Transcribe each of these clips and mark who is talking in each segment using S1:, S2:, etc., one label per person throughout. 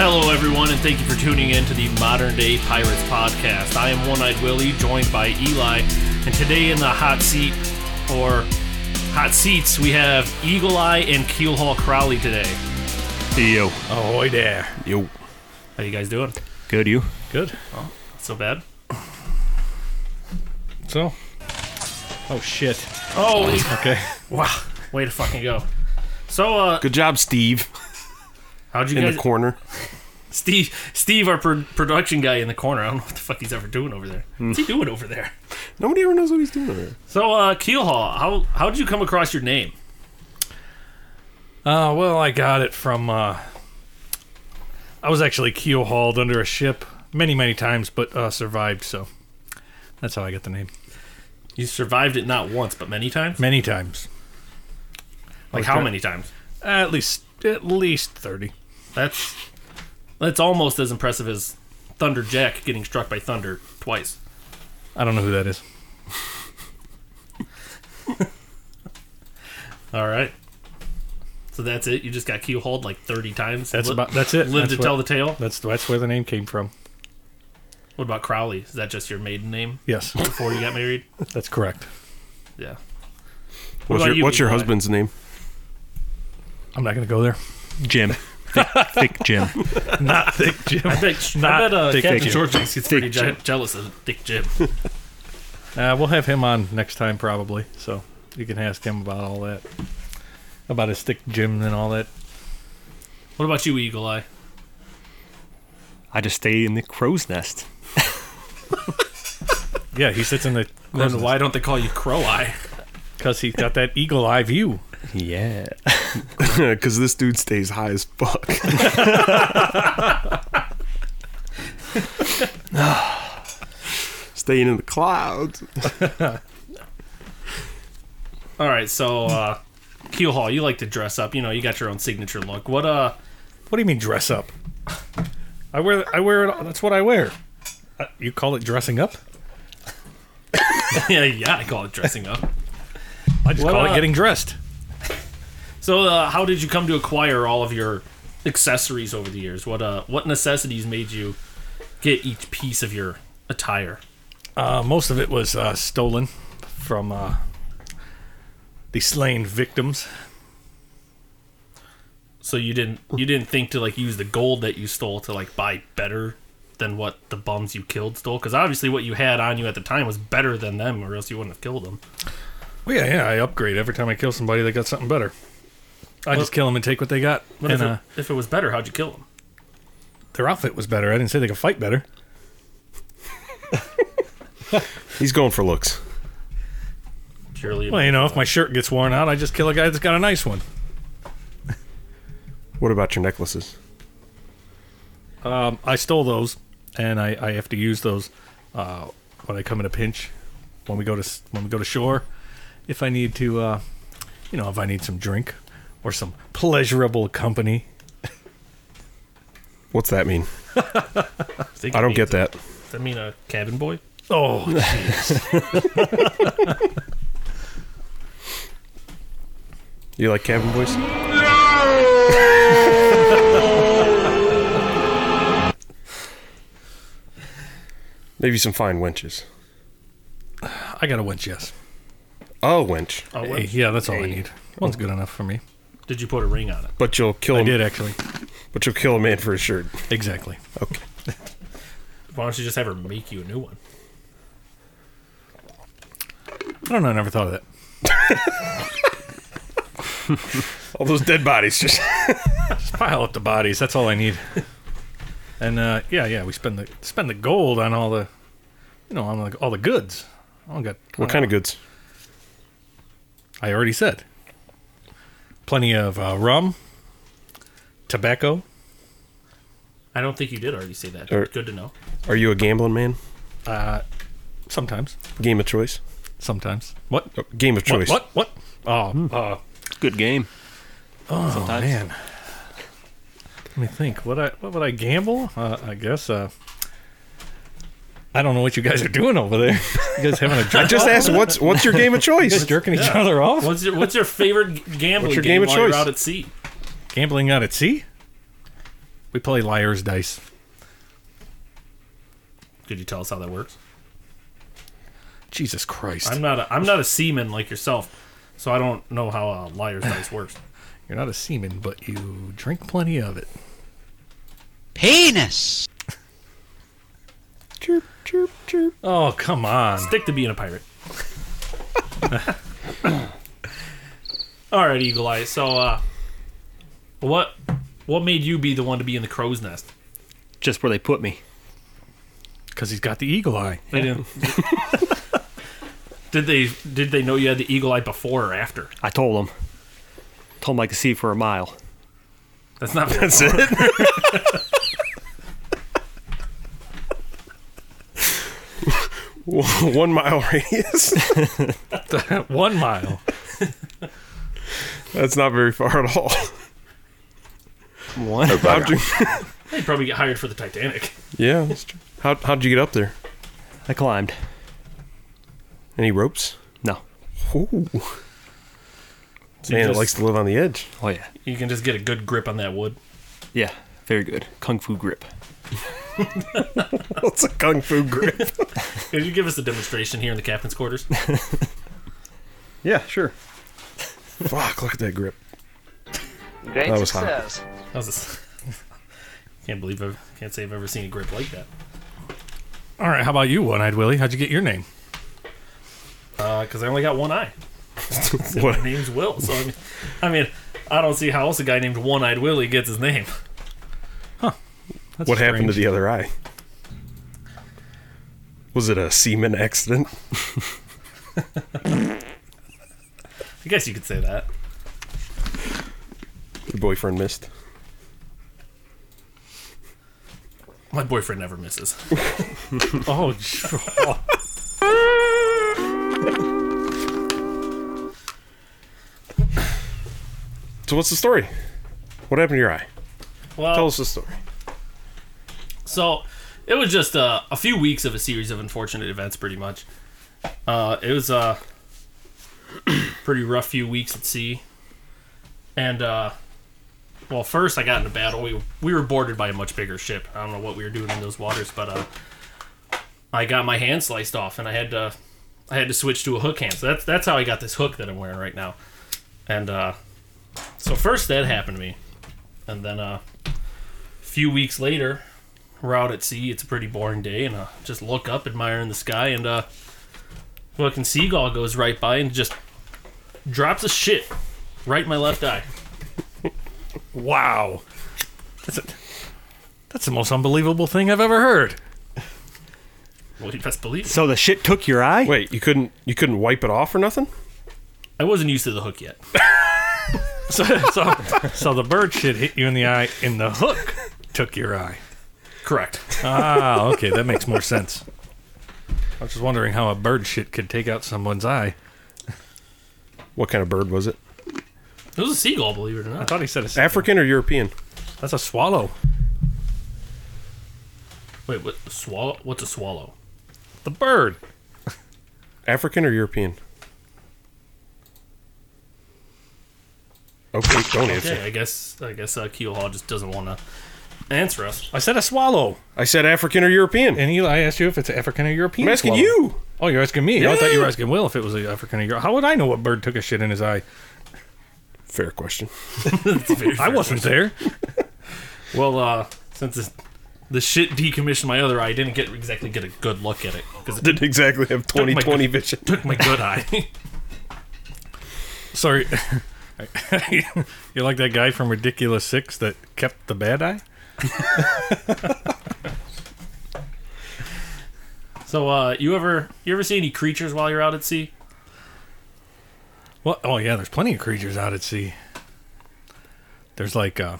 S1: Hello, everyone, and thank you for tuning in to the Modern Day Pirates podcast. I am One Eyed Willie, joined by Eli, and today in the hot seat or hot seats, we have Eagle Eye and Keelhaul Crowley today.
S2: Yo.
S3: Ahoy there.
S2: Yo.
S1: How you guys doing?
S2: Good, you?
S3: Good.
S1: So bad?
S3: So? Oh shit.
S1: Oh,
S3: Okay.
S1: wow! Way to fucking go. So, uh,
S2: Good job, Steve.
S1: how'd you
S2: In the
S1: guys?
S2: corner.
S1: Steve, Steve, our pro- production guy in the corner. I don't know what the fuck he's ever doing over there. What's he doing over there?
S2: Nobody ever knows what he's doing over there.
S1: So, uh, Keelhaul, how how'd you come across your name?
S3: Uh, well, I got it from. Uh, I was actually keel hauled under a ship many, many times, but uh, survived. So that's how I got the name.
S1: You survived it not once, but many times.
S3: Many times.
S1: Like
S3: was
S1: how
S3: trying-
S1: many times?
S3: At least, at least thirty.
S1: That's that's almost as impressive as Thunder Jack getting struck by thunder twice.
S3: I don't know who that is.
S1: All right. So that's it. You just got keel hauled like thirty times.
S3: That's
S1: Li-
S3: about. That's it.
S1: Live
S3: that's
S1: to
S3: where,
S1: tell the tale.
S3: That's that's where the name came from.
S1: What about Crowley? Is that just your maiden name
S3: Yes,
S1: before you got married?
S3: that's correct.
S1: Yeah. What
S2: What's
S1: about
S2: your,
S1: you,
S2: what's your
S1: Eli?
S2: husband's name?
S3: I'm not gonna go there.
S4: Jim. Thick, thick Jim.
S3: Not thick, Jim.
S1: I bet,
S3: Not
S1: I bet uh,
S4: Dick
S1: Captain
S4: Jim.
S1: George gets pretty
S4: Dick
S1: je- jealous of Dick Jim.
S3: Uh, we'll have him on next time probably, so you can ask him about all that, about his stick gym and all that.
S1: what about you, Eagle Eye?
S4: I just stay in the crow's nest.
S3: Yeah, he sits in the
S1: Then why don't they call you Crow Eye?
S3: because he's got that eagle eye view.
S4: Yeah.
S2: Because this dude stays high as fuck. Staying in the clouds.
S1: All right, so uh, Keel Hall, you like to dress up. You know, you got your own signature look. What uh,
S3: What do you mean dress up? I wear I wear it. That's what I wear. Uh, you call it dressing up?
S1: yeah, yeah, I call it dressing up.
S3: I just
S1: Well,
S3: call
S1: uh,
S3: it getting dressed.
S1: So, uh, how did you come to acquire all of your accessories over the years? What uh, what necessities made you get each piece of your attire?
S3: Uh, most of it was uh, stolen from uh, the slain victims.
S1: So you didn't you didn't think to like use the gold that you stole to like buy better than what the bums you killed stole? Because obviously, what you had on you at the time was better than them, or else you wouldn't have killed them.
S3: Well, yeah, yeah. I upgrade every time I kill somebody. They got something better. I just kill them and take what they got.
S1: But
S3: and,
S1: if,
S3: uh,
S1: it, if it was better, how'd you kill them?
S3: their outfit was better. I didn't say they could fight better.
S2: He's going for looks.
S1: Surely, you
S3: Well, you know, if my shirt gets worn out, I just kill a guy that's got a nice one.
S2: What about your necklaces?
S3: Um, I stole those, and I, I have to use those uh, when I come in a pinch, when we go to s- when we go to shore, if I need to, uh, you know, if I need some drink or some pleasurable company.
S2: What's that mean?
S1: Think
S2: I
S1: it
S2: don't
S1: means
S2: get that.
S1: Does that mean a cabin boy?
S3: Oh, jeez.
S2: You like cabin boys? Maybe some fine wenches.
S3: I got a winch, yes.
S2: A wench.
S1: Oh,
S3: Hey, yeah, that's all I need. One's good enough for me.
S1: Did you put a ring on it?
S2: But you'll kill
S3: I
S2: him.
S3: did actually.
S2: But you'll kill a man for his shirt.
S3: Exactly.
S2: Okay.
S1: Why don't you just have her make you a new one?
S3: I don't know. I never thought of that.
S2: All those dead bodies just
S3: Just pile up the bodies. That's all I need. and uh, yeah, yeah, we spend the spend the gold on all the, you know, on the, all the goods. I don't got
S2: What kind of goods?
S3: I already said. Plenty of uh, rum, tobacco.
S1: I don't think you did already say that.
S2: Er-
S1: Good to know.
S2: Are you a gambling man?
S3: Uh, sometimes,
S2: Game of choice?
S3: sometimes. What?
S2: Oh, game of
S3: What?
S2: choice. Hmm.
S3: What? What? Oh, uh,
S4: Good game.
S3: oh
S4: Sometimes.
S3: man. Let me think. What I what would I gamble? Uh, I guess. Uh, I don't know what you guys are doing over there. You guys having a
S2: I
S3: jerk?
S2: just asked what's what's your game of
S3: you guys
S2: choice?
S3: jerking each other off?
S1: What's your What's your favorite g- gambling
S2: What's your
S1: game,
S2: game of
S1: while you're
S2: choice?
S1: out at sea?
S3: Gambling out at sea? We play liar's dice.
S1: Could you tell us how that works?
S3: Jesus Christ!
S1: I'm not a, I'm not a seaman like yourself, so I don't know how a liar's dice works.
S3: You're not a seaman, but you drink plenty of it.
S5: Penis!
S2: Chirp, chirp, chirp.
S3: Oh come on!
S1: Stick to being a pirate. All right, Eagle Eye. So, uh, what what made you be the one to be in the crow's nest?
S4: Just where they put me.
S3: Because he's got the eagle eye.
S1: They didn't. did they did they know you had the eagle eye before or after?
S4: I told them. Told them I could see for a mile.
S1: That's not.
S2: That's it. One one mile radius.
S3: One mile.
S2: That's not very far at all.
S4: One.
S2: How'd you,
S1: They'd probably get hired for the Titanic.
S2: yeah, that's true. How, how'd you get up there?
S4: I climbed.
S2: Any ropes?
S4: No.
S2: Ooh.
S1: you
S2: Man, it
S1: just-
S2: likes to live on the edge.
S4: Oh yeah.
S1: You can just get a good grip on that wood.
S4: Yeah. Very good. Kung Fu grip.
S2: What's a kung fu grip?
S1: Could you give us a demonstration here in the captain's quarters?
S4: Yeah, sure.
S2: Fuck, look at that grip.
S6: Great
S2: That was hot.
S6: success.
S1: That was a s- can't believe I can't say I've ever seen a grip like that.
S3: All right, how about you, one-eyed Willie? How'd you get your name?
S1: Because Uh, I only got one eye.
S2: What?
S1: My name's Will. So I mean, I mean, I don't see how else a guy named One Eyed Willie gets his name.
S3: That's
S2: What happened to
S3: strange.
S2: the other eye? Was it a semen accident?
S1: I guess you could say that.
S2: Your boyfriend missed.
S1: My boyfriend never misses.
S3: Oh, j-
S2: So what's the story? What happened to your eye?
S1: Well,
S2: Tell us the story.
S1: So it was just uh, a few weeks of a series of unfortunate events, pretty much. Uh, it was a pretty rough few weeks at sea, and uh, well, first I got in a battle. We we were boarded by a much bigger ship. I don't know what we were doing in those waters, but uh, I got my hand sliced off, and I had to I had to switch to a hook hand. So that's that's how I got this hook that I'm wearing right now. And uh, so first that happened to me, and then uh, a few weeks later we're out at sea. It's a pretty boring day, and uh, just look up, admiring the sky, and uh, fucking seagull goes right by and just drops a shit right in my left eye.
S3: wow. That's a, that's the most unbelievable thing I've ever heard.
S1: Well, you best believe it.
S4: So the shit took your eye?
S2: Wait, you couldn't you couldn't wipe it off or nothing?
S1: I wasn't used to the hook yet.
S3: So, so, so the bird shit hit you in the eye, and the hook took your eye.
S1: Correct.
S3: Ah, okay, that makes more sense. I was just wondering how a bird shit could take out someone's eye.
S2: What kind of bird was it?
S1: It was a seagull, believe it or
S3: I
S1: not.
S3: thought he said a,
S2: African or European?
S3: that's a swallow.
S1: Wait, what? Swallow? What's a swallow?
S3: The bird.
S2: African or European? Okay, don't answer.
S1: Okay, I guess I guess uh, Keel Hall just doesn't want to answer us.
S3: I said a swallow.
S2: I said African or European.
S3: And Eli asked you if it's African or European.
S2: I'm asking
S3: swallow.
S2: you.
S3: Oh, you're asking me. I thought you were
S2: Yeah.
S3: asking Will if it was an African or European. How would I know what bird took a shit in his eye?
S2: Fair question.
S3: I wasn't there.
S1: Well, uh, since this, the shit decommissioned my other eye, I didn't get exactly get a good look at it because it
S2: Didn't exactly have 20 20 vision.
S1: took my good eye.
S3: Sorry. You're like that guy from Ridiculous Six that kept the bad eye?
S1: so, uh, you ever you ever see any creatures while you're out at sea?
S3: Well, oh yeah, there's plenty of creatures out at sea. There's like uh,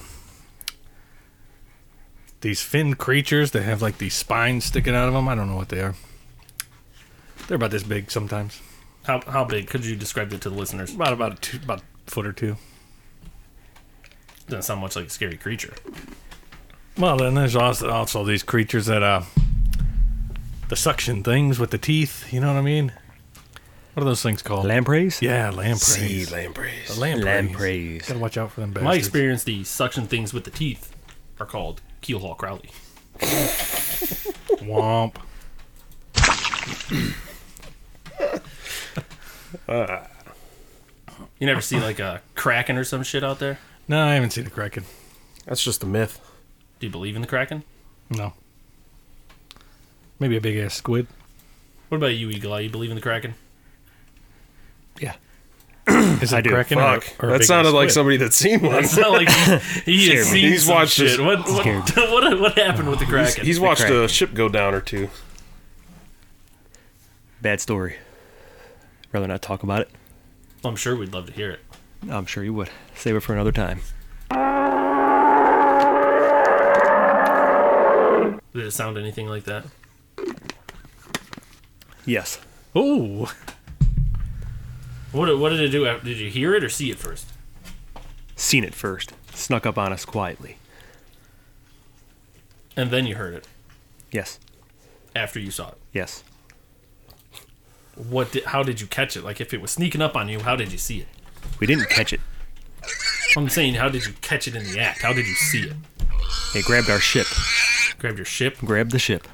S3: these fin creatures that have like these spines sticking out of them. I don't know what they are. They're about this big sometimes,
S1: How, how big? Could you describe it to the listeners?
S3: about about a two, about a foot or two.
S1: Doesn't sound much like a scary creature.
S3: Well, then there's also also these creatures that uh, the suction things with the teeth. You know what I mean? What are those things called?
S4: Lampreys?
S3: Yeah, lampreys.
S2: lampreys.
S3: The lampreys.
S4: Lampreys.
S3: Gotta watch out for them. Bastards.
S1: In my experience, the suction things with the teeth are called Keelhaul Crowley.
S3: Womp.
S1: You never see like a Kraken or some shit out there?
S3: No, I haven't seen a Kraken.
S2: That's just a myth.
S1: Do you believe in the Kraken?
S3: No. Maybe a big ass squid.
S1: What about you, Eagle Eye? You believe in the Kraken?
S4: Yeah.
S3: Is it
S4: I do.
S3: Kraken or-
S2: Fuck.
S3: or a
S2: that
S3: big-ass
S2: sounded like
S3: squid?
S2: somebody that's seen one.
S1: It's not like he, he has
S4: Scared
S1: seen
S4: me.
S2: He's
S1: some
S2: watched
S1: shit.
S2: this-
S1: What, what,
S4: Scared
S1: what, what happened with the Kraken?
S2: He's watched
S4: Kraken.
S2: a ship go down or two.
S4: Bad story. Rather not talk about it.
S1: I'm sure we'd love to hear it.
S4: I'm sure you would. Save it for another time.
S1: Did it sound anything like that?
S4: Yes.
S3: Oh,
S1: What, what did it do? after- Did you hear it or see it first?
S4: Seen it first. Snuck up on us quietly.
S1: And then you heard it
S4: Yes.
S1: after you saw it.
S4: Yes.
S1: What? Did, how did you catch it? Like if it was sneaking up on you, how did you see it?
S4: We didn't catch it.
S1: I'm saying, how did you catch it in the act? How did you see it?
S4: They grabbed our ship.
S1: Grabbed your ship.
S4: Grabbed the ship.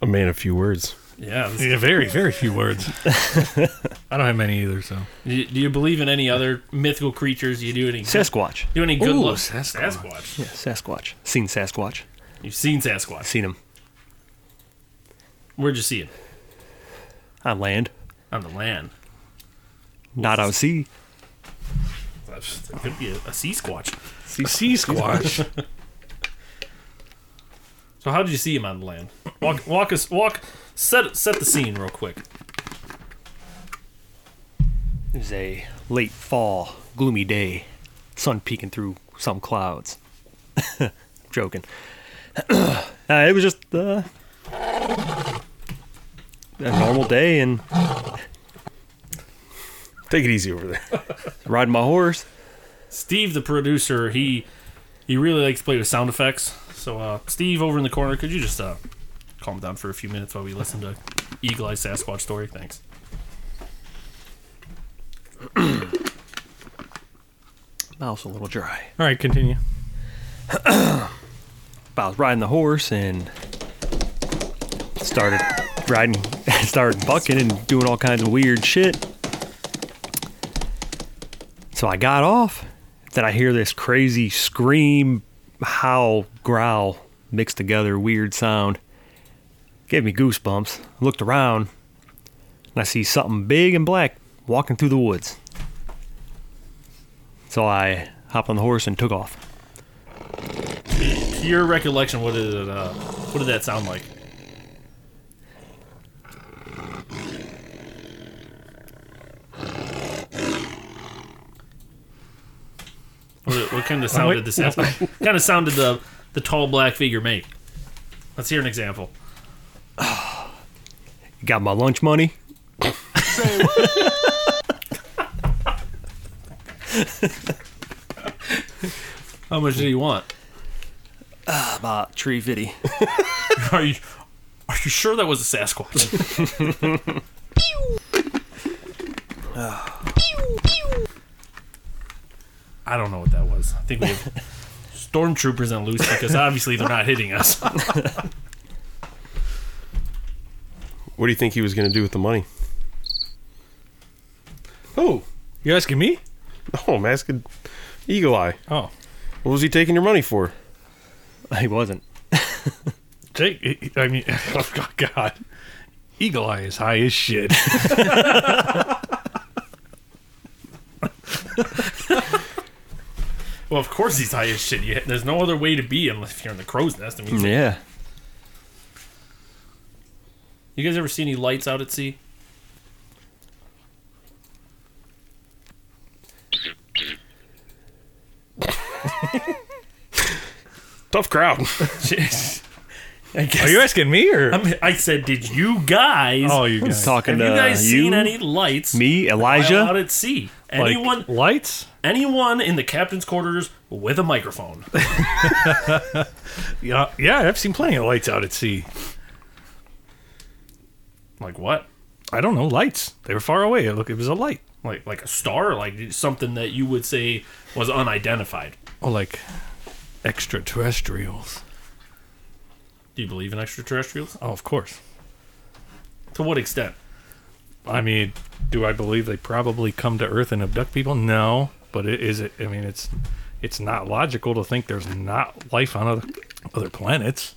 S2: A man of few words.
S1: Yeah. this-
S3: yeah, very, very few words. I don't have many either, so.
S1: Do you, do you believe in any other mythical creatures? You do any good,
S4: Sasquatch.
S1: do any good
S3: Ooh,
S1: luck?
S3: Sasquatch.
S4: Yeah, Sasquatch. Seen Sasquatch.
S1: You've seen Sasquatch.
S4: Seen him
S1: Where'd you see it?
S4: on land,
S1: On the land.
S4: not out at sea.
S1: That's- It could be a, a sea squatch.
S3: Sea squash.
S1: So how did you see him on the land? Walk, walk us, walk, set set the scene real quick.
S4: It was a late fall, gloomy day, sun peeking through some clouds. Joking. uh, it was just uh, a normal day and
S2: Take it easy over there.
S4: riding my horse.
S1: Steve, the producer, he he really likes to play with sound effects. So uh, Steve, over in the corner, could you just uh, calm down for a few minutes while we listen to Eagle Eye Sasquatch story? Thanks.
S4: Mouth's a little dry.
S3: All right, continue.
S4: But I was riding the horse and started riding, started bucking and doing all kinds of weird shit. So I got off. Then I hear this crazy scream, howl, growl mixed together, weird sound. Gave me goosebumps. Looked around and I see something big and black walking through the woods. So I hopped on the horse and took off.
S1: To your recollection, what did it, uh, what did that sound like? What, what kind of sound did this sound? What kind of sound did the the tall black figure make? Let's hear an example.
S4: Got my lunch money.
S1: How much do you want?
S4: About tree fitty.
S1: Are you are you sure that was a Sasquatch? I don't know what that was. I think we have stormtroopers on loose because obviously they're not hitting us.
S2: What do you think he was going to do with the money? Oh,
S3: You asking me?
S2: oh, I'm asking Eagle Eye.
S3: Oh.
S2: What was he taking your money for?
S4: He wasn't.
S3: Jake, I mean, oh God. Eagle Eye is high as shit.
S1: Well, of course he's high as shit. You, there's no other way to be unless if you're in the crow's nest. I mean,
S4: Yeah.
S1: you guys ever see any lights out at sea?
S2: Tough crowd.
S1: I guess.
S3: Are you asking me or?
S1: I'm, I said, did you guys?
S3: oh, you guys.
S4: Talking
S1: have
S4: to
S1: you guys
S4: uh, you,
S1: seen any lights?
S4: me,
S1: while out
S4: Elijah.
S1: at sea?
S3: Like,
S1: Anyone?
S3: Lights?
S1: anyone in the captain's quarters with a microphone.
S3: Yeah, yeah, I've seen plenty of lights out at sea.
S1: like what?
S3: I don't know, lights. They were far away. Look, it was a light.
S1: Like like a star? Like something that you would say was unidentified.
S3: Oh, like extraterrestrials.
S1: Do you believe in extraterrestrials?
S3: Oh, of course.
S1: To what extent?
S3: I mean, do I believe they probably come to Earth and abduct people? No, but it is it. I mean, it's it's not logical to think there's not life on other other planets.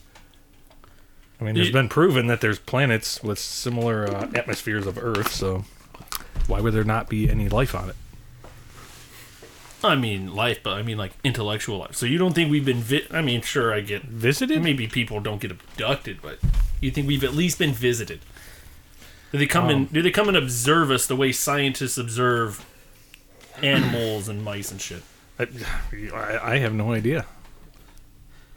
S3: I mean, there's
S1: Ye-
S3: been proven that there's planets with similar uh, atmospheres of Earth, so why would there not be any life on it?
S1: I mean life, but I mean like intellectual life. So you don't think we've been? Vi- I mean, sure, I get
S3: Visited?
S1: Maybe people don't get abducted, but you think we've at least been visited? Do they come and do they come and observe us the way scientists observe animals and mice and shit?
S3: I, I I have no idea.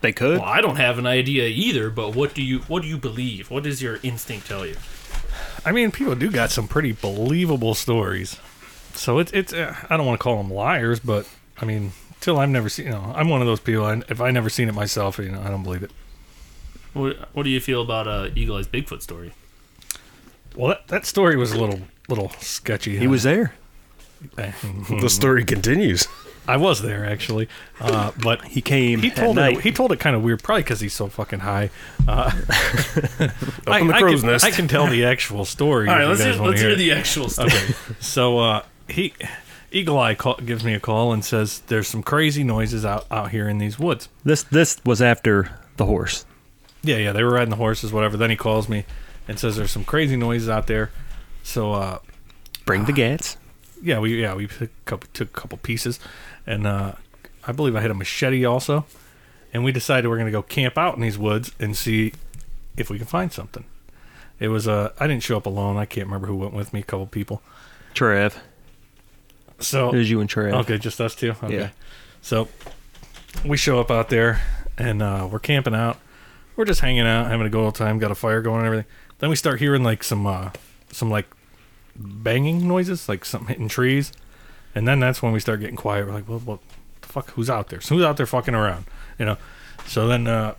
S4: They could.
S1: Well, I don't have an idea either. But what do you what do you believe? What does your instinct tell you?
S3: I mean, people do got some pretty believable stories. So it's it's uh, I don't want to call them liars, but I mean, till I've never seen, you know, I'm one of those people. I, if I never seen it myself, you know, I don't believe it.
S1: What, what do you feel about uh, Eagle Eyes Bigfoot story?
S3: Well, that, that story was a little little sketchy.
S4: He was there.
S3: Mm-hmm.
S2: The story continues.
S3: I was there actually, uh, but
S4: He came.
S3: he told
S4: at
S3: it.
S4: night.
S3: He told it kind of weird, probably because he's so fucking high. Uh, I,
S2: in the
S3: I
S2: crow's
S3: can,
S2: nest.
S3: I can tell the actual story.
S1: All
S3: if
S1: right,
S3: you
S1: let's
S3: guys
S1: hear,
S3: wanna
S1: let's
S3: hear
S1: hear
S3: it.
S1: the actual story.
S3: So uh, he, Eagle Eye, call, gives me a call and says, "There's some crazy noises out out here in these woods."
S4: This this was after the horse.
S3: Yeah, yeah, they were riding the horses, whatever. Then he calls me and says, "There's some crazy noises out there." So uh,
S4: Bring the gats.
S3: yeah, we yeah we took a couple, took a couple pieces, and uh, I believe I had a machete also, and we decided we're gonna go camp out in these woods and see if we can find something. It was uh, I didn't show up alone. I can't remember who went with me. A couple people.
S4: Trev.
S3: So
S4: It was you and Trev.
S3: Oh. Okay, just us two. Okay.
S4: Yeah.
S3: So we show up out there and uh, we're camping out. We're just hanging out, having a good old time. Got a fire going and everything. Then we start hearing like some uh, some like banging noises, like something hitting trees. And then that's when we start getting quiet. We're like, well, what the fuck? Who's out there? So who's out there fucking around? You know. So then uh,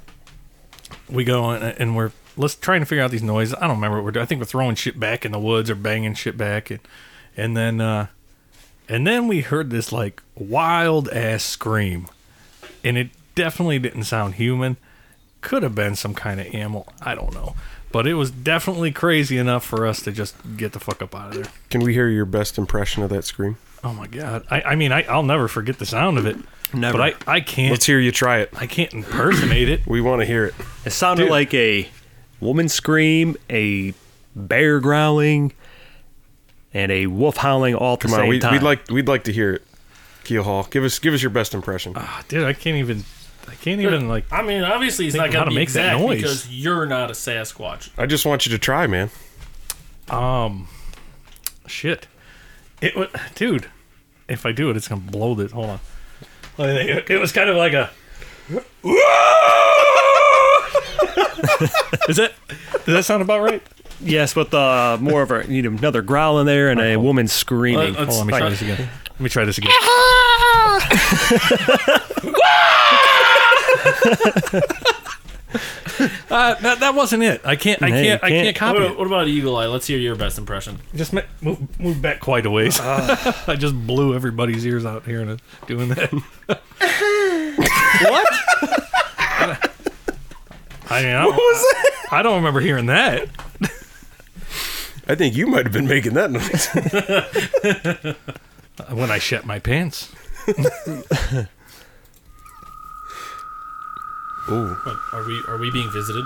S3: we go and, and we're let's trying to figure out these noises. I don't remember what we're doing. I think we're throwing shit back in the woods or banging shit back, and and then uh, and then we heard this like wild ass scream, and it definitely didn't sound human. Could have been some kind of animal. I don't know, but it was definitely crazy enough for us to just get the fuck up out of there.
S2: Can we hear your best impression of that scream?
S3: Oh my god! I, I mean, I, I'll never forget the sound of it.
S4: Never.
S3: But I, I can't.
S2: Let's hear you try it.
S3: I can't impersonate it.
S2: We want to hear it.
S4: It sounded
S3: Dude.
S4: like a woman scream, a bear growling, and a wolf howling all at the
S2: Come
S4: same
S2: on, we,
S4: time.
S2: we'd like we'd like to hear it. Keel Hall, give us give us your best impression.
S3: Ah, dude, I can't even. I can't even like.
S1: I mean, obviously he's
S3: Think
S1: not
S3: of
S1: going
S3: how
S1: to
S3: to
S1: be
S3: make that
S1: exact
S3: noise.
S1: because you're not a Sasquatch.
S2: I just want you to try, man.
S3: Um, shit. It was, dude. If I do it, it's gonna blow this. Hold on. Like, It it was kind of like a. Is that? Does that sound about right?
S4: yes, with uh, more of a you know, another growl in there and a woman screaming.
S1: Let- let's-
S3: Hold on, let me try this again. Let me try this again. uh, that, that wasn't it. I can't. I
S4: Hey,
S3: can't. I
S4: you
S3: can't
S4: can't-
S3: copy.
S1: What,
S3: it.
S1: what about Eagle Eye? Let's hear your best impression.
S3: Just ma- move, move back quite a ways. I just blew everybody's ears out here and doing that. what? I mean, I don't, I don't remember hearing that.
S2: I think you might have been making that noise.
S3: when I shat my pants.
S2: Ooh,
S1: What, are we are we being visited?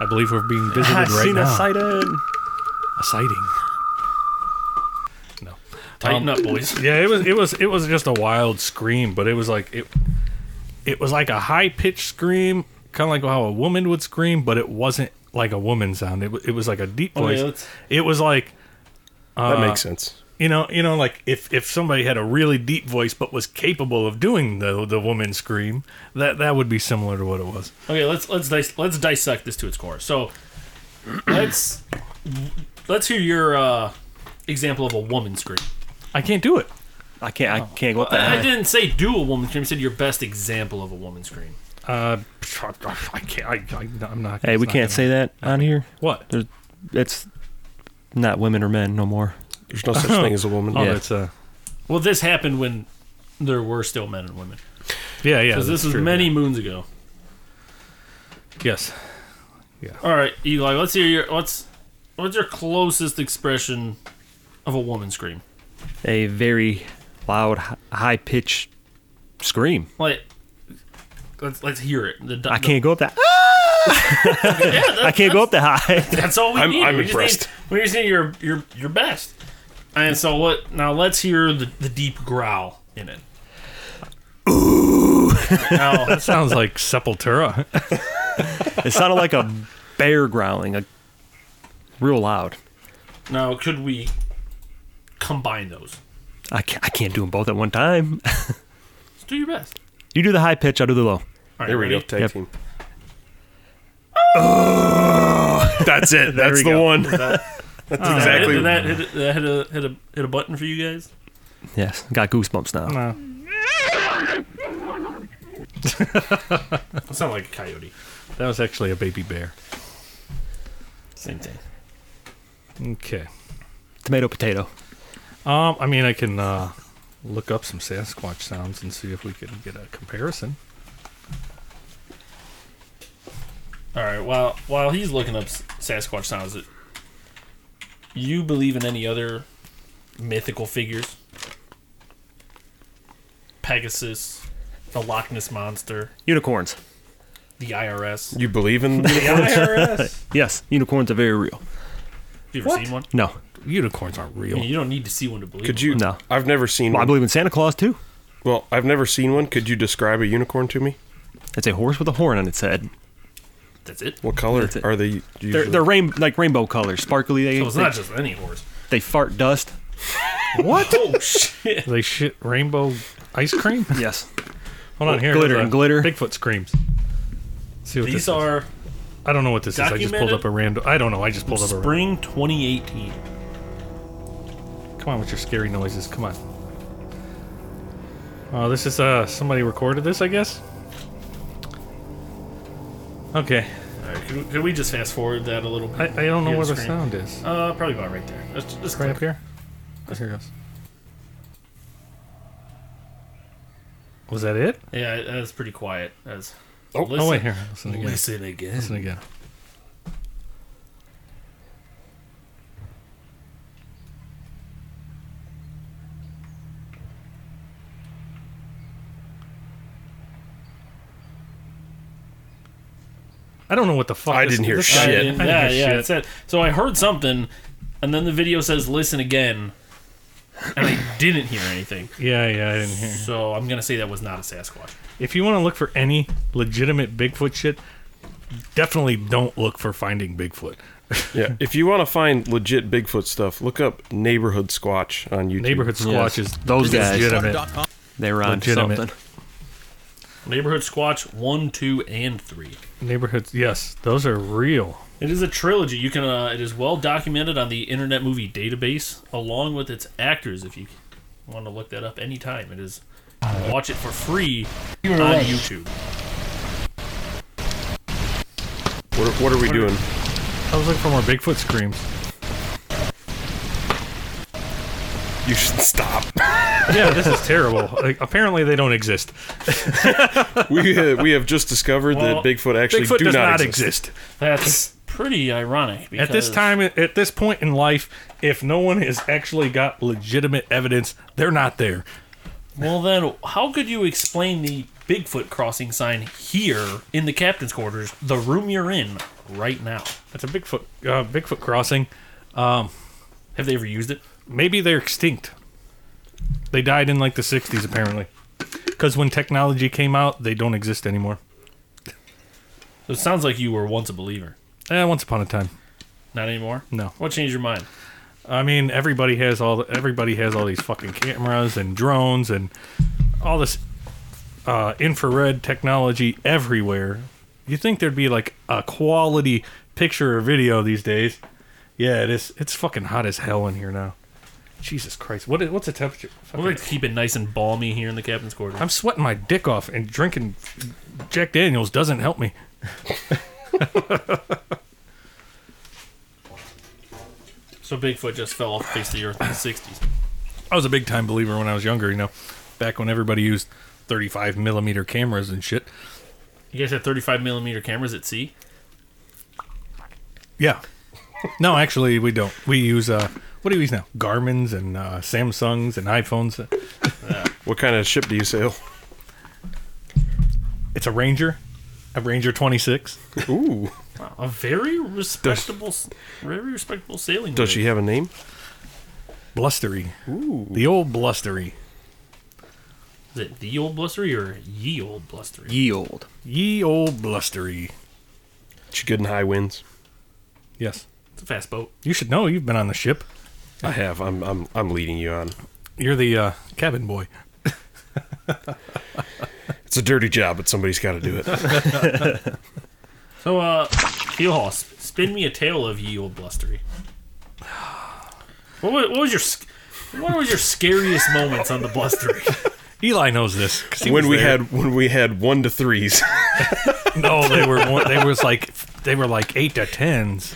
S3: I believe we're being visited right now.
S4: sighting.
S3: a sighting. No.
S1: Tighten
S3: Um,
S1: up, boys.
S3: Yeah, it was it was it was just a wild scream, but it was like it it was like a high pitched scream, kind of like how a woman would scream, but it wasn't like a woman sound. It, wa- it was like a deep
S1: Okay,
S3: voice.
S1: let's-
S3: it was like
S2: that
S3: Uh,
S2: makes sense.
S3: you know you know like if if somebody had a really deep voice but was capable of doing the the woman scream, that that would be similar to what it was.
S1: Okay, let's let's dis- let's dissect this to its core. So, let's let's hear your uh, example of a woman scream.
S3: I can't do it.
S4: I can't. I can't go up that.
S1: I
S4: high.
S1: didn't say do a woman scream. I said your best example of a woman scream.
S3: Uh, I can't. I, I, I'm not.
S4: Hey,
S3: it's
S4: we
S3: not gonna-
S4: can't say that on here.
S3: what.
S4: There's, it's not women or men no more.
S2: There's no such thing as a woman.
S3: Oh,
S4: Yeah.
S3: that's uh.
S1: Well, this happened when there were still men and women.
S3: Yeah, yeah.
S1: Because this
S3: Oh, that's
S1: was
S3: true,
S1: many
S3: yeah.
S1: moons ago.
S3: Yes.
S1: All right, Eli. Let's hear your what's what's your closest expression of a woman scream?
S4: A very loud, high pitched scream.
S1: Like, let's let's hear it. The,
S4: I can't go up that. I can't go up that high.
S1: That's all we
S2: I'm-
S1: need.
S2: I'm
S1: we just
S2: impressed.
S1: need- we just need your your your best. And so what? Now let's hear the, the deep growl in it. Ooh. Now,
S3: That sounds like Sepultura.
S4: it sounded like a bear growling, a real loud.
S1: now could we combine those?
S4: I can't, I can't do them both at one time.
S1: Just do your best.
S4: you do the high pitch, I'll do the low.
S1: All right,
S2: There we go.
S1: ready?
S2: Tag
S4: Yep.
S2: team. That's it. That's the
S4: go.
S2: one. That's
S4: Uh,
S2: exactly.
S1: Did that, hit, that hit a hit a hit a button for you guys?
S4: Yes, got goosebumps now.
S1: That sounded like a coyote.
S3: that was actually a baby bear.
S1: Same thing.
S3: Okay.
S4: Tomato, potato.
S3: Um, I mean, I can uh, look up some Sasquatch sounds and see if we can get a comparison.
S1: All right. While while he's looking up S- Sasquatch sounds, it, you believe in any other mythical figures? Pegasus, the Loch Ness monster,
S4: Unicorns.
S1: the IRS.
S2: You believe in?
S1: The IRS.
S4: Yes, unicorns are very real.
S1: you ever seen one?
S4: No,
S3: Unicorns aren't
S1: I mean,
S3: real.
S1: you don't need to see one to believe.
S2: Could you?
S4: No.
S2: I've never seen.
S4: well, I
S2: one.
S4: believe in Santa Claus too.
S2: Well, I've never seen one. Could you describe a unicorn to me?
S4: It's a horse with a horn on its head.
S1: one. That's it.
S2: What color
S4: That's it.
S2: are they? Usually?
S4: They're they're rain, like rainbow colors, sparkly. They
S1: So it's
S4: they,
S1: not just any horse.
S4: they fart dust.
S1: What? oh shit!
S3: They shit rainbow ice cream?
S4: Yes,
S3: Hold on here.
S4: Glitter
S3: there's
S4: and
S3: a
S4: glitter.
S3: Bigfoot screams. See what this
S1: These
S3: is.
S1: are
S3: I don't know what this is. I just pulled
S1: Documented?
S3: up a random. I don't know. I just pulled up a. Ra-
S1: spring 2018.
S3: Come on with your scary noises. Come on. Oh, this is uh somebody recorded this, I guess. Okay.
S1: All right. Could, we- could we just fast forward that a little
S3: I, I
S1: bit?
S3: don't know
S1: Hear
S3: where
S1: the
S3: the
S1: scream.
S3: sound is.
S1: Uh, probably about right there. Let's just
S3: Right up here. Here it goes. Was that it?
S1: Yeah, that's pretty quiet. That's
S2: Oh,
S1: listen,
S3: Oh wait, here. Listen again.
S1: Listen again.
S3: Listen again. I don't know what the fuck.
S2: I
S3: this-
S2: didn't hear
S3: this
S2: shit.
S3: guy-
S1: I
S3: I
S1: didn't-
S3: didn't
S1: yeah,
S3: hear
S1: yeah.
S3: shit.
S1: It said, so I heard something, and then the video says "listen again," and I didn't hear anything.
S3: Yeah, yeah, I didn't hear.
S1: So I'm gonna say that was not a Sasquatch.
S3: If you want to look for any legitimate Bigfoot shit, definitely don't look for finding Bigfoot.
S2: yeah. If you want to find legit Bigfoot stuff, look up neighborhood squatch on YouTube.
S3: Neighborhood squatches,
S4: Yes. Those guys.
S3: legitimate.
S4: they were on
S3: Legitimate.
S4: something.
S1: Neighborhood Squatch one, two, and three.
S3: Neighborhoods, yes, those are real.
S1: It is a trilogy. You can. Uh, it is well documented on the Internet Movie Database, along with its actors. If you want to look that up anytime, it is. Watch it for free on YouTube.
S2: What, are- what are we doing?
S3: I was looking for more Bigfoot screams.
S2: You should stop.
S3: Yeah, this is terrible. Like, apparently, they don't exist.
S2: we have, we have just discovered
S1: Well,
S2: that Bigfoot actually
S3: Bigfoot
S2: do
S3: does
S2: not,
S3: not
S2: exist.
S3: exist.
S1: That's pretty ironic. Because
S3: At this time, at this point in life, if no one has actually got legitimate evidence, they're not there.
S1: Well, then, how could you explain the Bigfoot crossing sign here in the captain's quarters, the room you're in right now?
S3: That's a Bigfoot, uh, Bigfoot crossing.
S1: Have they ever used it?
S3: Maybe they're extinct. They died in like the '60s, apparently, because when technology came out, they don't exist anymore.
S1: It sounds like you were once a believer.
S3: Eh, once upon a time.
S1: Not anymore?
S3: No.
S1: What changed your mind?
S3: I mean, everybody has all everybody has all these fucking cameras and drones and all this uh, infrared technology everywhere. You think there'd be like a quality picture or video these days? Yeah, it is. It's fucking hot as hell in here now. Jesus Christ, what is, what's the temperature?
S1: I
S3: Fucking-
S1: like to keep it nice and balmy here in the captain's quarters.
S3: I'm sweating my dick off, and drinking Jack Daniels doesn't help me.
S1: So Bigfoot just fell off the face of the earth in the 60s.
S3: I was a big time believer when I was younger, you know, back when everybody used 35 millimeter cameras and shit.
S1: You guys have 35 millimeter cameras at sea?
S3: Yeah. No, actually, we don't. We use uh, what do we use now? Garmin's and uh, Samsungs and iPhones.
S2: What kind of ship do you sail?
S3: It's a Ranger, a Ranger 26.
S2: Ooh.
S1: Wow, a very respectable, s very respectable sailing.
S2: Does
S1: rig.
S2: she have a name?
S3: Blustery. Ooh. The old blustery.
S1: Is it the old blustery or ye old blustery?
S4: Ye old.
S3: Ye old blustery.
S2: She good in high winds.
S3: Yes.
S1: It's a fast boat.
S3: You should know. You've been on the ship.
S2: I have. I'm I'm I'm leading you on.
S3: You're the uh, cabin boy.
S2: It's a dirty job, but somebody's got to do it.
S1: So, uh, Keelhaul, s- spin me a tale of ye old blustery. What was, what was your sc- what was your scariest moments on the blustery?
S3: Eli knows this. 'cause he
S2: when
S3: was
S2: we
S3: there.
S2: had when we had one to threes,
S3: no, they were one, they was like they were like eight to tens.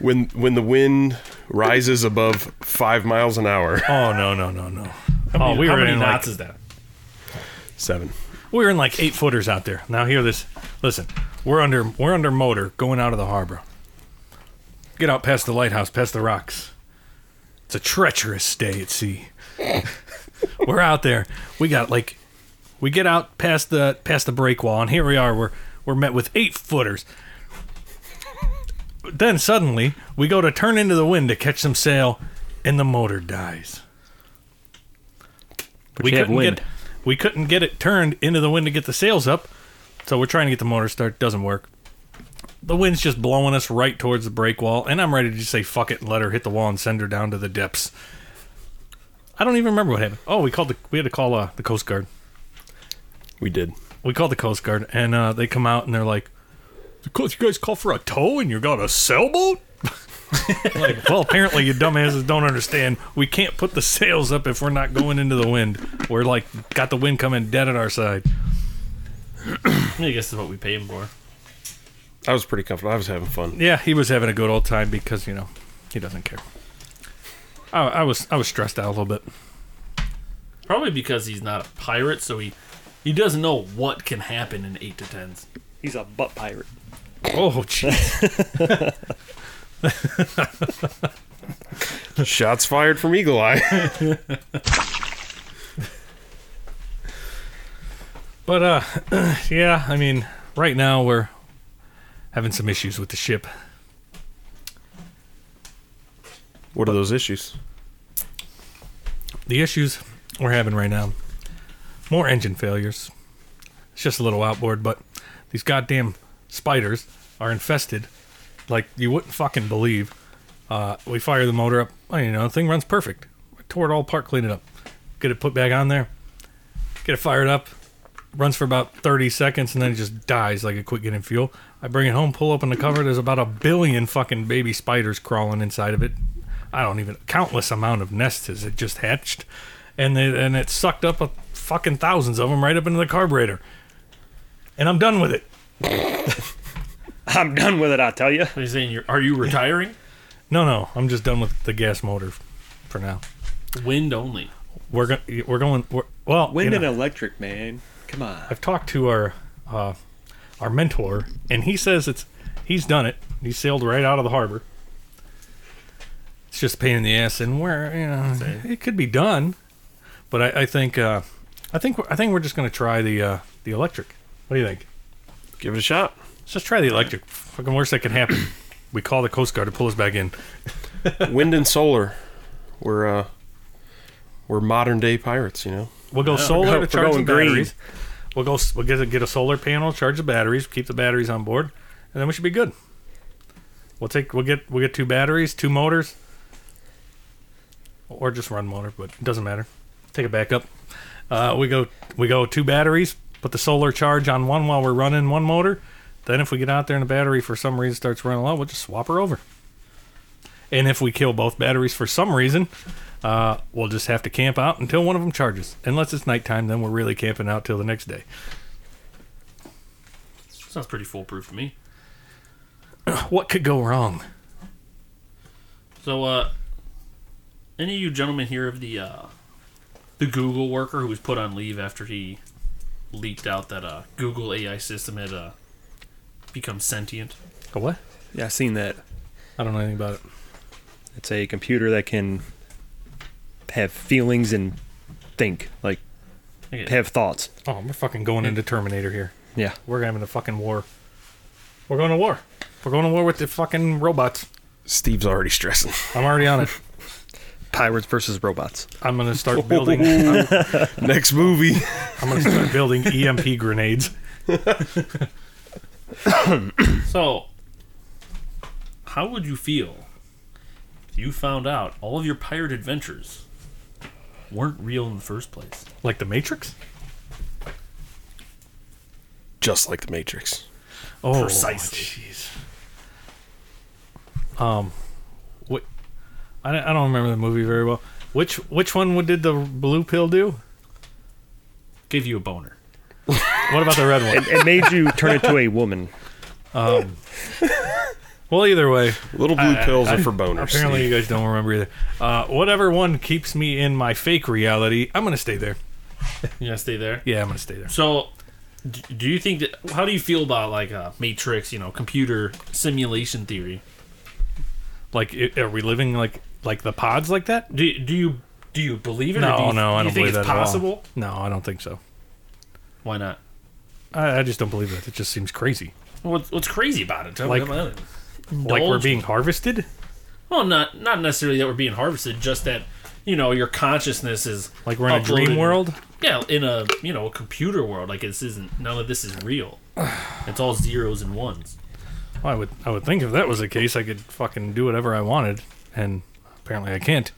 S2: when when the wind rises above five miles an hour,
S3: Oh no no no no.
S1: How
S3: Oh,
S1: many-
S3: we
S1: how
S3: were
S1: many
S3: in like
S1: knots is that?
S2: seven.
S3: we were in like eight footers out there. Now hear this. Listen, we're under we're under motor going out of the harbor. Get out past the lighthouse, past the rocks. It's a treacherous day at sea. we're out there. We got like we get out past the past the break wall, and here we are. We're we're met with eight footers. Then suddenly we go to turn into the wind to catch some sail, and the motor dies. we
S4: you have
S3: couldn't
S4: wind.
S3: get we couldn't get it turned into the wind to get the sails up, so we're trying to get the motor start. Doesn't work. The wind's just blowing us right towards the break wall, and I'm ready to just say fuck it and let her hit the wall and send her down to the depths. I don't even remember what happened. Oh, we called the we had to call uh, the Coast Guard
S2: We did.
S3: we called the Coast Guard, and uh, they come out and they're like, "The coast- "You guys call for a tow, and you got a sailboat." like, well, apparently you dumbasses don't understand. We can't put the sails up if we're not going into the wind. We're like, got the wind coming dead at our side.
S1: I guess that's what we pay him for.
S2: I was pretty comfortable. I was having fun.
S3: Yeah, he was having a good old time because you know he doesn't care. I, I was I was stressed out a little bit.
S1: Probably because he's not a pirate, so he he doesn't know what can happen in eight to tens.
S4: He's a butt pirate.
S3: Oh, jeez.
S2: Shots fired from Eagle Eye.
S3: But uh, yeah, I mean, right now we're having some issues with the ship.
S2: what are those issues?
S3: the issues we're having right now more engine failures it's just a little outboard but these goddamn spiders are infested like you wouldn't fucking believe uh, we fire the motor up well, you know the thing runs perfect I tore it all apart clean it up get it put back on there get it fired up runs for about 30 seconds and then it just dies like a quick getting fuel i bring it home pull open the cover there's about a billion fucking baby spiders crawling inside of it i don't even countless amount of nests as it just hatched and they, and it sucked up a fucking thousands of them right up into the carburetor and i'm done with it
S4: I'm done with it, I tell you.
S1: Are you saying you're, are you retiring?
S3: no no i'm just done with the gas motor for now
S1: Wind only.
S3: we're going we're going we're, well you
S4: Wind
S3: know.
S4: and electric, man. Come on.
S3: I've talked to our uh, our mentor, and he says it's he's done it. He sailed right out of the harbor. It's just a pain in the ass, and where you know it could be done, but I, I think uh, I think we're- I think we're just gonna try the uh, the electric. What do you think?
S2: Give it a shot.
S3: Let's just try the electric. Fucking worst that can happen. We call the Coast Guard to pull us back in.
S2: Wind and solar. We're uh, we're modern day pirates. You know.
S3: We'll go
S4: go-
S3: solar to
S4: we're
S3: charge the
S4: Oh, going green.
S3: batteries. We'll go. s- We'll get a, get a solar panel, charge the batteries, keep the batteries on board, and then we should be good. We'll take. We'll get. We'll get two batteries, two motors, or just run motor, but it doesn't matter. Take it back up. Uh, we go. We go two batteries. Put the solar charge on one while we're running one motor. Then if we get out there and the battery for some reason starts running low, we'll just swap her over. And if we kill both batteries for some reason, uh, we'll just have to camp out until one of them charges. Unless it's nighttime, then we're really camping out till the next day.
S1: Sounds pretty foolproof to me.
S3: What could go wrong?
S1: So, uh, any of you gentlemen here of the uh, the Google worker who was put on leave after he leaked out that uh, Google AI system had uh, become sentient.
S3: A what?
S4: Yeah, I seen that.
S3: I don't know anything about it.
S4: It's a computer that can have feelings and think, like
S1: Okay.
S4: have thoughts.
S3: Oh, we're fucking going into Terminator here.
S4: Yeah.
S3: We're having a fucking war. We're going to war. We're going to war with the fucking robots.
S2: Steve's already stressing.
S3: I'm already on it.
S4: Pirates versus robots.
S3: I'm gonna start building. I'm,
S2: Next movie.
S3: I'm gonna start building EMP grenades.
S1: So, how would you feel if you found out all of your pirate adventures weren't real in the first place?
S3: Like the Matrix?
S2: Just like The Matrix.
S3: Oh,
S1: Precisely.
S3: Jeez. Um, what? I don't, I don't remember the movie very well. Which which one would- did the blue pill do?
S1: Give you a boner.
S3: What about the red one?
S4: It made you turn into a woman.
S3: Well, either way,
S2: Little blue pills are for boners.
S3: apparently you guys don't remember either. Uh, whatever one keeps me in my fake reality, I'm gonna stay there.
S1: You gonna stay there?
S3: Yeah, I'm gonna stay there.
S1: So, d- do you think that? How do you feel about like uh, Matrix? You know, computer simulation theory.
S3: Like, i- are we living like like the pods like that?
S1: Do do you do you believe it? or do
S3: No,
S1: you,
S3: no, I
S1: do
S3: don't
S1: you
S3: believe
S1: think it's
S3: that at all.
S1: possible?
S3: No, I don't think so.
S1: Why not?
S3: I, I just don't believe that. It just seems crazy.
S1: What's what's crazy about it? Tell
S3: Like-
S1: me about it.
S3: Like we're
S1: Indulge
S3: being harvested.
S1: Well, not not necessarily that we're being harvested, just that you know your consciousness is
S3: Like we're in a dream
S1: uploaded-
S3: world.
S1: Yeah, in a you know a computer world, like this isn't none of this is real. It's all zeros and ones.
S3: Well, I would I would think if that was the case, I could fucking do whatever I wanted, and apparently I can't.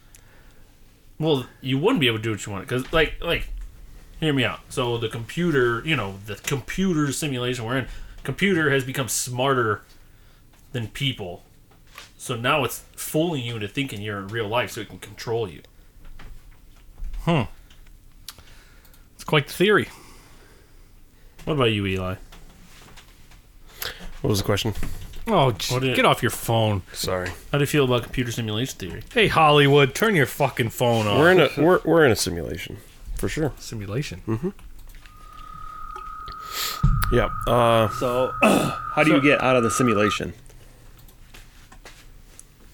S1: Well, you wouldn't be able to do what you want because like like, hear me out. So the computer, you know, the computer simulation we're in, computer has become smarter than people. So now it's fooling you into thinking you're in real life, so it can control you.
S3: It's quite the theory.
S1: What about you, Eli?
S2: What was the question?
S3: Oh, j-
S1: What it-
S3: get off your phone.
S2: Sorry.
S1: How do you feel about computer simulation theory?
S3: Hey Hollywood, turn your fucking phone off.
S2: We're in a we're, we're in a simulation, for sure.
S3: simulation.
S2: Yeah. Uh,
S4: So, how do you get out of the simulation?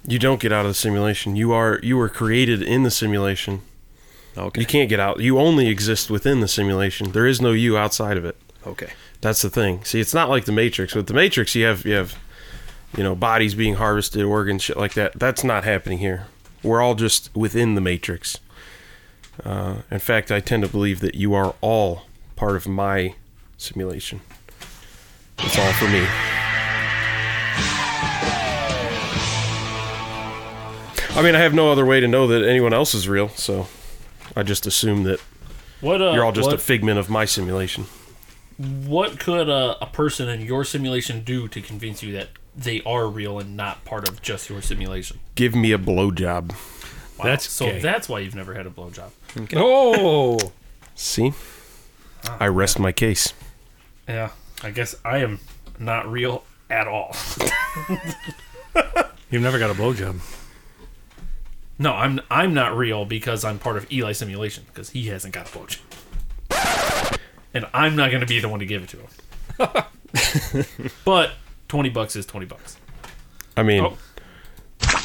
S2: you don't get out of the simulation. You are you were created in the simulation. You
S4: Okay.
S2: can't get out. You only exist within the simulation. There is no you outside of it.
S4: Okay.
S2: That's the thing. See, it's not like the Matrix. With the Matrix, you have you have you know bodies being harvested, organs, shit like that. That's not happening here. We're all just within the Matrix. Uh, in fact, I tend to believe that you are all part of my simulation. It's all for me. I mean, I have no other way to know that anyone else is real, so I just assume that
S1: What uh,
S2: you're all just
S1: what,
S2: a figment of my simulation.
S1: What could uh, a person in your simulation do to convince you that they are real and not part of just your simulation?
S2: Give me a blowjob.
S1: Wow.
S3: That's
S1: so.
S3: gay.
S1: That's why you've never had a blowjob.
S3: Oh,
S2: See? I rest my case.
S1: Yeah, I guess I am not real at all.
S3: you've never got a blowjob.
S1: No, I'm I'm not real because I'm part of Eli's simulation because he hasn't got a blowjob, and I'm not gonna be the one to give it to him. but twenty bucks is twenty bucks.
S2: I mean,
S1: Oh.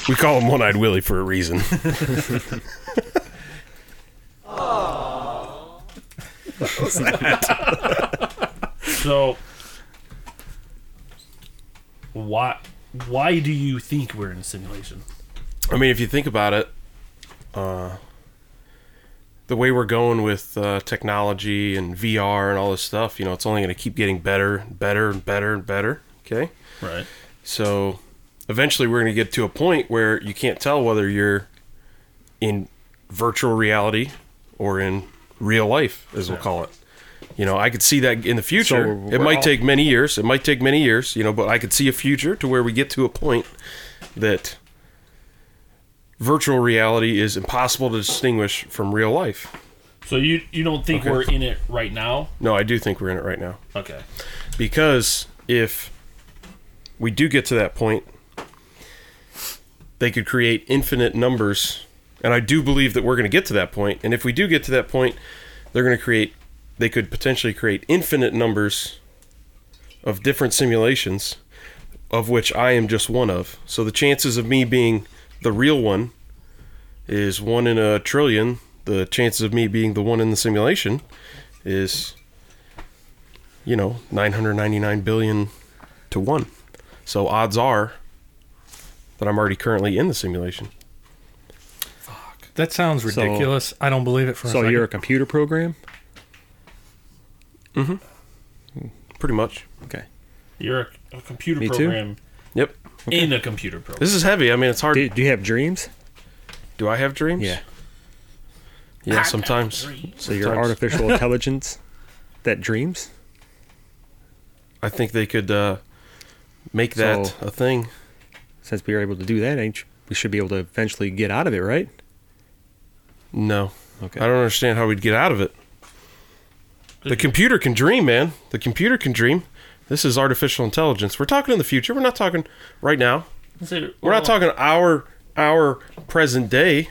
S2: we call him One Eyed Willie for a reason.
S1: So, why why do you think we're in a simulation?
S2: I mean, if you think about it, uh, the way we're going with uh, technology and VR and all this stuff, you know, it's only going to keep getting better, better, and better, and better. Okay?
S1: Right.
S2: So eventually we're going to get to a point where you can't tell whether you're in virtual reality or in real life, as we'll call it. You know, I could see that in the future.
S4: So
S2: it
S4: we're
S2: might
S4: all-
S2: take many years. It might take many years, you know, but I could see a future to where we get to a point that virtual reality is impossible to distinguish from real life.
S1: So you you don't think
S2: Okay.
S1: we're in it right now?
S2: No, I do think we're in it right now.
S1: Okay.
S2: because if we do get to that point, they could create infinite numbers, and I do believe that we're going to get to that point. And if we do get to that point, they're going to create they could potentially create infinite numbers of different simulations, of which I am just one of. So the chances of me being the real one is one in a trillion. The chances of me being the one in the simulation is, you know, 999 billion to one. So odds are that I'm already currently in the simulation.
S3: That sounds
S4: So-
S3: ridiculous. I don't believe it for a
S4: So
S3: second.
S4: you're a computer program?
S2: Pretty much.
S4: Okay.
S1: You're a, a computer
S4: Me too.
S1: program
S2: Yep.
S1: in a computer program.
S2: This is heavy. I mean, it's hard.
S4: Do,
S2: Do,
S4: do you have dreams?
S2: I have dreams? Yeah, sometimes.
S4: So you're
S2: Sometimes.
S4: artificial intelligence that dreams?
S2: I think they could uh, make that
S4: So-
S2: a thing.
S4: Since we are able to do that, ain't we should be able to eventually get out of it, right?
S2: No.
S4: Okay.
S2: I don't understand how we'd get out of it. The computer can dream, man. The computer can dream. This is artificial intelligence. We're talking in the future. We're not talking right now.
S1: Say-
S2: We're not
S1: well,
S2: talking our our present day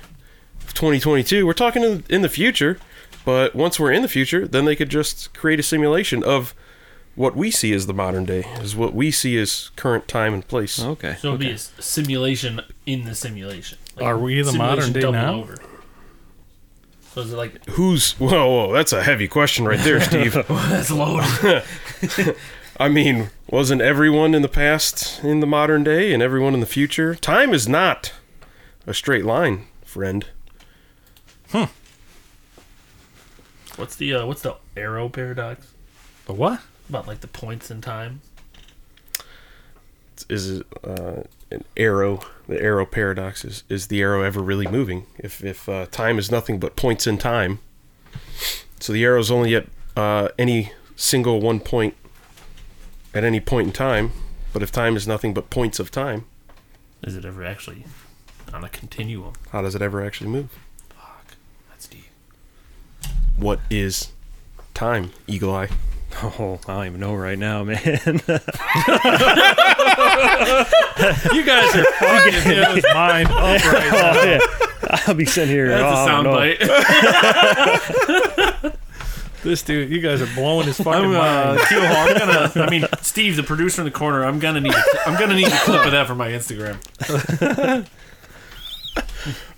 S2: of 2022. We're talking in, in the future. But once we're in the future, then they could just create a simulation of what we see as the modern day, is what we see as current time and place.
S4: Okay.
S1: So it'll be a s- simulation in the simulation. Like,
S3: Are we the
S1: simulation
S3: modern day
S1: double
S3: now?
S1: Over. So is it like
S2: Who's whoa, whoa? That's a heavy question right there, Steve.
S1: that's loaded?
S2: I mean, wasn't everyone in the past in the modern day and everyone in the future? Time is not a straight line, friend.
S1: What's the uh, what's the arrow paradox
S3: The what?
S1: about? Like the points in time.
S2: Is it uh, an arrow? The arrow paradox is is the arrow ever really moving? If if uh, time is nothing but points in time, so the arrow's only at uh, any single one point at any point in time. But if time is nothing but points of time,
S1: Is it ever actually on a continuum?
S2: how does it ever actually move?
S1: Fuck, that's deep.
S2: What is time, Eagle Eye?
S4: Oh, I don't even know right now, man.
S3: You guys are fucking his mind up right now.
S4: Oh, I'll be sitting here.
S1: That's
S4: oh, I
S1: a
S4: don't know.
S1: soundbite.
S3: This dude, you guys are blowing his fucking
S1: I'm,
S3: mind.
S1: uh, Keel Hall, I'm gonna. I mean, Steve, the producer in the corner. I'm gonna need. A, I'm gonna need a clip of that for my Instagram.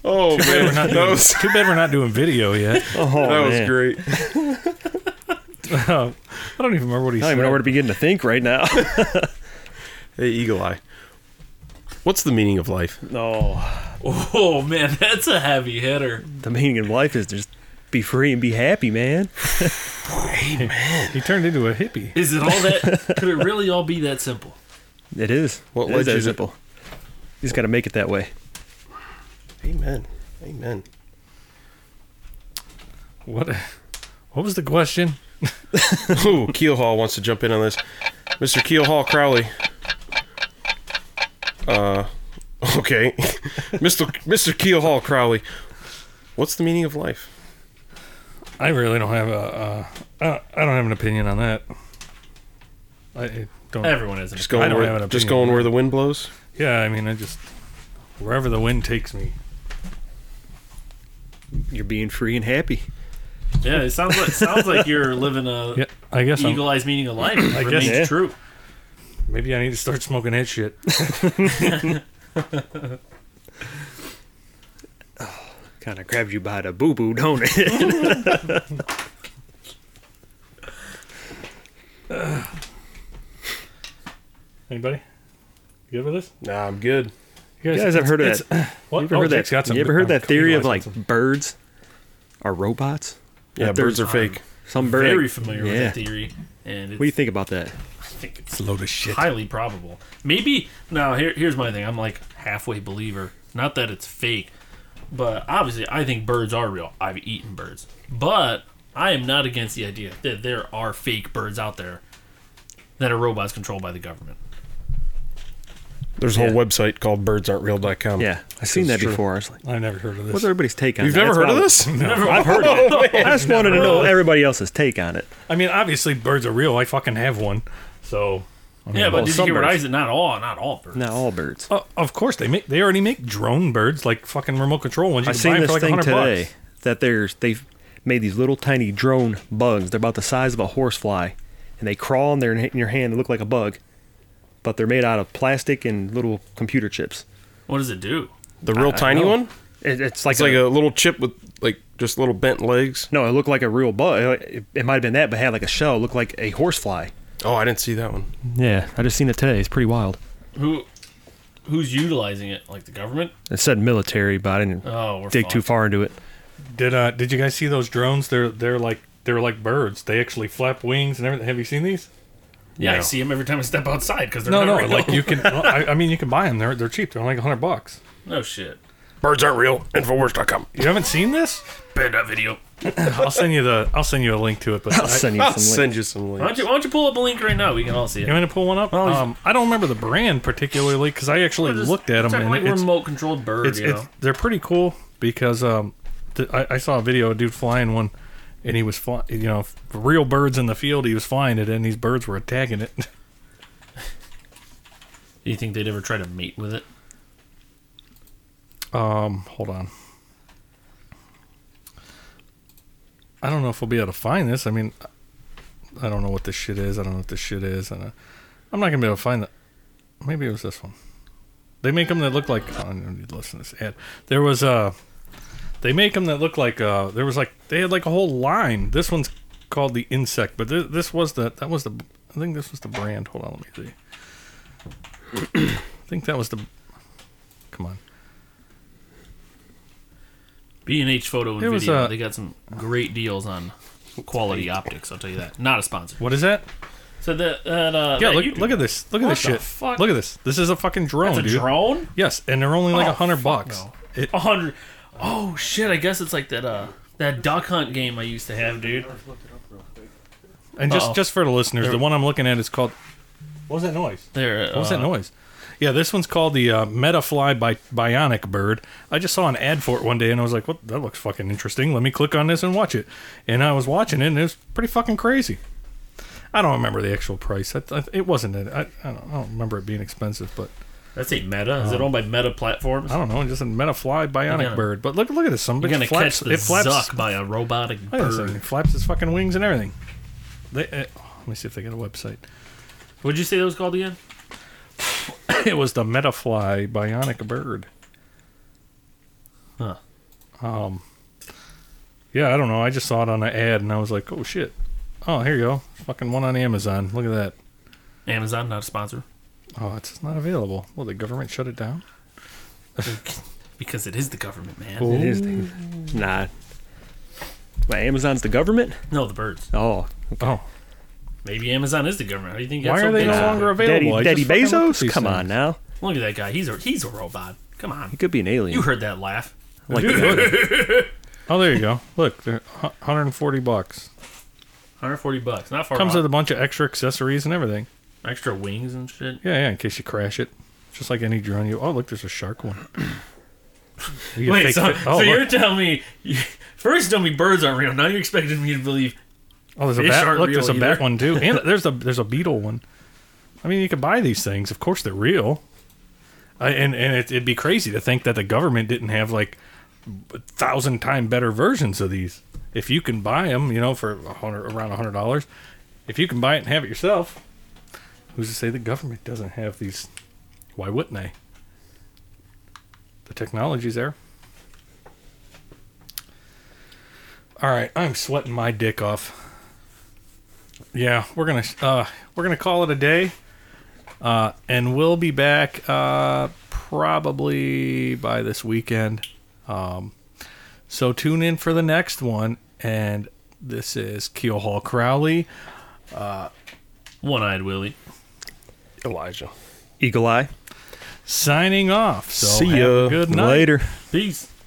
S2: Oh
S3: Too bad we're
S2: man,
S3: not
S2: that
S3: doing-
S2: was
S3: Too bad we're not doing video yet.
S4: Oh,
S2: that was
S4: man.
S2: great.
S3: Um, I don't even remember what he
S4: I don't
S3: said.
S4: even know where to begin to think right now.
S2: Hey, Eagle Eye, what's the meaning of life?
S4: no,
S1: Oh man, that's a heavy hitter.
S4: the meaning of life is just be free and be happy, man.
S3: he turned into a hippie.
S1: Is it all that? could it really all be that simple?
S4: It is.
S2: What
S4: It
S2: led
S4: is that
S2: you to-
S4: simple. You just got to make it that way.
S2: Amen. Amen.
S3: What? What was the question?
S2: Ooh, Keel Hall wants to jump in on this, Mister Keel Hall Crowley. Uh, okay, Mister Mister Keel Hall Crowley, what's the meaning of life?
S3: I really don't have a. Uh, I don't- I don't have an opinion on that. I, I don't.
S1: Everyone has.
S2: Just
S1: Just
S2: going
S3: don't
S2: where
S3: have an
S2: just
S3: opinion.
S2: going where the wind blows.
S3: Yeah, I mean, I just wherever the wind takes me.
S4: You're being free and happy.
S1: yeah, it sounds like sounds like you're living a
S3: Yeah, I guess I'm,
S1: eagle eyes meaning of life. I
S3: guess-
S1: remains
S4: Yeah.
S1: true.
S3: maybe I need to start smoking that shit.
S4: Kind of grabs you by the boo boo, don't it?
S3: Anybody? You good with this?
S2: Nah, I'm good.
S4: you guys have heard of that? You
S3: What?
S4: ever
S3: Oh,
S4: heard that?
S3: Jake's got some
S4: you ever
S3: good-
S4: heard that
S3: um,
S4: theory of
S3: Eli's got
S4: like
S3: some.
S4: birds are robots?
S2: Yeah,
S4: That there's-
S2: birds are fake.
S4: Some bird.
S1: Very familiar with
S4: yeah.
S1: that theory, and it's,
S4: What do you think about that?
S1: I think it's
S3: load of shit?
S1: highly probable. Maybe now here, here's my thing. I'm like halfway believer. Not that it's fake, but obviously I think birds are real. I've eaten birds, but I am not against the idea that there are fake birds out there that are robots controlled by the government.
S2: There's a whole website called birdsaren'treal.com.
S4: Yeah, I've seen
S2: It's
S4: that
S2: true.
S4: before. I was like,
S3: I've never heard of this.
S4: what's everybody's take on
S2: You've
S4: that?
S2: never
S4: That's
S2: heard
S4: why
S2: of this?
S4: I was- I've heard of it. I just wanted to know
S1: Never.
S4: everybody else's take on it.
S3: I mean, obviously birds are real. I fucking have one. So I mean,
S1: Yeah, but
S4: Well,
S1: did you
S4: some
S1: hear what I
S4: birds.
S1: said? Not all, not all birds.
S4: Not all birds.
S3: Uh, of course they make. They already make drone birds like fucking remote control ones. Oh, You
S4: I've
S3: can
S4: seen
S3: buy 'em
S4: this
S3: for like
S4: thing
S3: 100
S4: today
S3: Bucks.
S4: that there's they made these little tiny drone bugs. They're about the size of a horsefly, and they crawl in there in your hand. They look like a bug, but they're made out of plastic and little computer chips.
S1: What does it do?
S2: The real
S4: I
S2: tiny
S4: know.
S2: one?
S4: It, it's like
S2: It's like a little chip with like just little bent legs.
S4: no. It looked like a real bug. It, it might have been that, but had like a shell. It looked like a horsefly.
S2: Oh, I didn't see that one.
S4: Yeah, I just seen it today. It's pretty wild.
S1: Who who's utilizing it? Like the government?
S4: It said military, but I didn't
S1: Oh, we're
S4: dig too
S1: fucked.
S4: far into it.
S3: Did uh did you guys see those drones? They're they're like they're like birds. They actually flap wings and everything. Have you seen these?
S1: Yeah, I
S2: No.
S1: see them every time I step outside because they're
S3: No,
S1: not
S3: no.
S1: real.
S3: Like you can. well, I, I mean, you can buy them. They're they're cheap. They're like hundred bucks.
S1: no Oh, shit.
S2: Birds aren't real. Infowars.com.
S3: You haven't seen this?
S1: Bad that video.
S3: I'll send you the I'll send you a link to it. But
S4: I'll
S3: I-
S4: send you
S2: I'll
S4: some.
S2: send you some
S1: Why don't
S2: links.
S1: you why don't you pull up a link right now? We can all see
S3: You
S1: it.
S3: want me to pull one up? um, I don't remember the brand particularly because I actually
S1: Just
S3: looked at them.
S1: check
S3: And
S1: like
S3: it's,
S1: remote controlled bird.
S3: it's,
S1: you
S3: it's-
S1: know?
S3: they're pretty cool because um, th- I, I saw a video of a dude flying one, and he was flying. You know, f- real birds in the field. He was flying it, and these birds were attacking it.
S1: Do you think they'd ever try to mate with it?
S3: um, hold on. I don't know if we'll be able to find this. I mean, I don't know what this shit is. I don't know what this shit is, and uh, I'm not gonna be able to find that. Maybe it was this one. They make them that look like. oh, I don't need to listen to this ad. There was Uh, they make them that look like. Uh, there was like they had like a whole line. This one's called the insect, but this, this was the that was the. I think this was the brand. Hold on, let me see. I think that was the. Come on.
S1: B and H Photo and
S3: It
S1: Video.
S3: was, uh,
S1: they got some great deals on quality optics. I'll tell you that. Not a sponsor.
S3: What is that?
S1: So that that uh,
S3: Yeah,
S1: that
S3: look,
S1: YouTube-
S3: look at this. Look at
S1: What
S3: this
S1: the
S3: shit.
S1: fuck?
S3: Look at this. This is a fucking drone,
S1: That's a
S3: dude.
S1: drone.
S3: Yes, and they're only like
S1: Oh,
S3: a hundred
S1: fuck
S3: bucks.
S1: no.
S3: It-
S1: A hundred. Oh shit! I guess it's like that uh that duck hunt game I used to have, dude.
S3: and just
S1: Uh-oh.
S3: just for the listeners,
S1: There-
S3: the one I'm looking at is called. What was that noise?
S1: There. uh,
S3: What was that noise? Yeah, this one's called the uh, Metafly by Bionic Bird. I just saw an ad for it one day, and I was like, "What? That looks fucking interesting. Let me click on this and watch it." And I was watching it, and it was pretty fucking crazy. I don't remember the actual price. I, I, it wasn't. it. I, I, don't, I don't remember it being expensive, but
S1: That's a Meta.
S3: Oh.
S1: Is it owned by Meta Platforms?
S3: I don't know. Just a Metafly Bionic
S1: gonna-
S3: Bird. But look, look at this. Some
S1: You're
S3: bitch
S1: gonna
S3: flaps.
S1: catch the
S3: it flaps.
S1: zuck by a robotic
S3: Wait a second,
S1: bird.
S3: It flaps his fucking wings and everything. They, uh, let me see if they got a website.
S1: What'd you say that was called again?
S3: it was the Metafly Bionic Bird.
S1: Huh.
S3: Um. Yeah, I don't know. I just saw it on an ad, and I was like, "Oh shit! Oh, here you go. Fucking one on Amazon. Look at that.
S1: Amazon, not a sponsor,
S3: Oh, it's just not available. Well, the government shut it down.
S1: because it is the government, man.
S4: It is. the- Nah. Wait, Amazon's the government?
S1: No, the birds.
S4: Oh,
S3: Oh,
S1: Maybe Amazon is the government. How do you think?
S3: why
S1: that's
S3: are
S1: so
S3: they
S1: big?
S3: no
S4: Nah.
S3: longer available? I
S4: Daddy, Daddy
S3: just fucking looked at
S4: Bezos?
S3: these
S4: Come on
S3: things.
S4: now.
S1: Look at that guy. He's a he's a robot. Come on.
S4: He could be an alien.
S1: You heard that laugh.
S4: like the-
S3: Oh, there you go. Look, they're hu- 140 bucks.
S1: 140 bucks. Not far
S3: Comes
S1: off.
S3: with a bunch of extra accessories and everything.
S1: extra wings and shit.
S3: Yeah, yeah, in case you crash it. Just like any drone you oh look, there's a shark one. You get
S1: Wait,
S3: fake
S1: so,
S3: fi- oh,
S1: so you're
S3: look.
S1: telling me you, first you told me birds aren't real. Now you're expecting me to believe.
S3: oh there's a
S1: fish
S3: bat
S1: aren't
S3: look, there's a
S1: real
S3: bat
S1: either.
S3: one too. And there's a there's a beetle one. I mean you can buy these things. Of course they're real. I, and and it, it'd be crazy to think that the government didn't have like a thousand time better versions of these. If you can buy them, you know, for a hundred around a hundred dollars, if you can buy it and have it yourself, who's to say the government doesn't have these? Why wouldn't they? The technology's there. All right, I'm sweating my dick off. Yeah, we're gonna uh, we're gonna call it a day, uh, and we'll be back uh, probably by this weekend. Um, so tune in for the next one. And this is Keel Hall Crowley,
S1: One-eyed Willie.
S2: Elijah.
S4: Eagle Eye.
S3: signing off. So
S2: See
S3: have a
S2: ya.
S3: Good night.
S4: Later.
S1: Peace.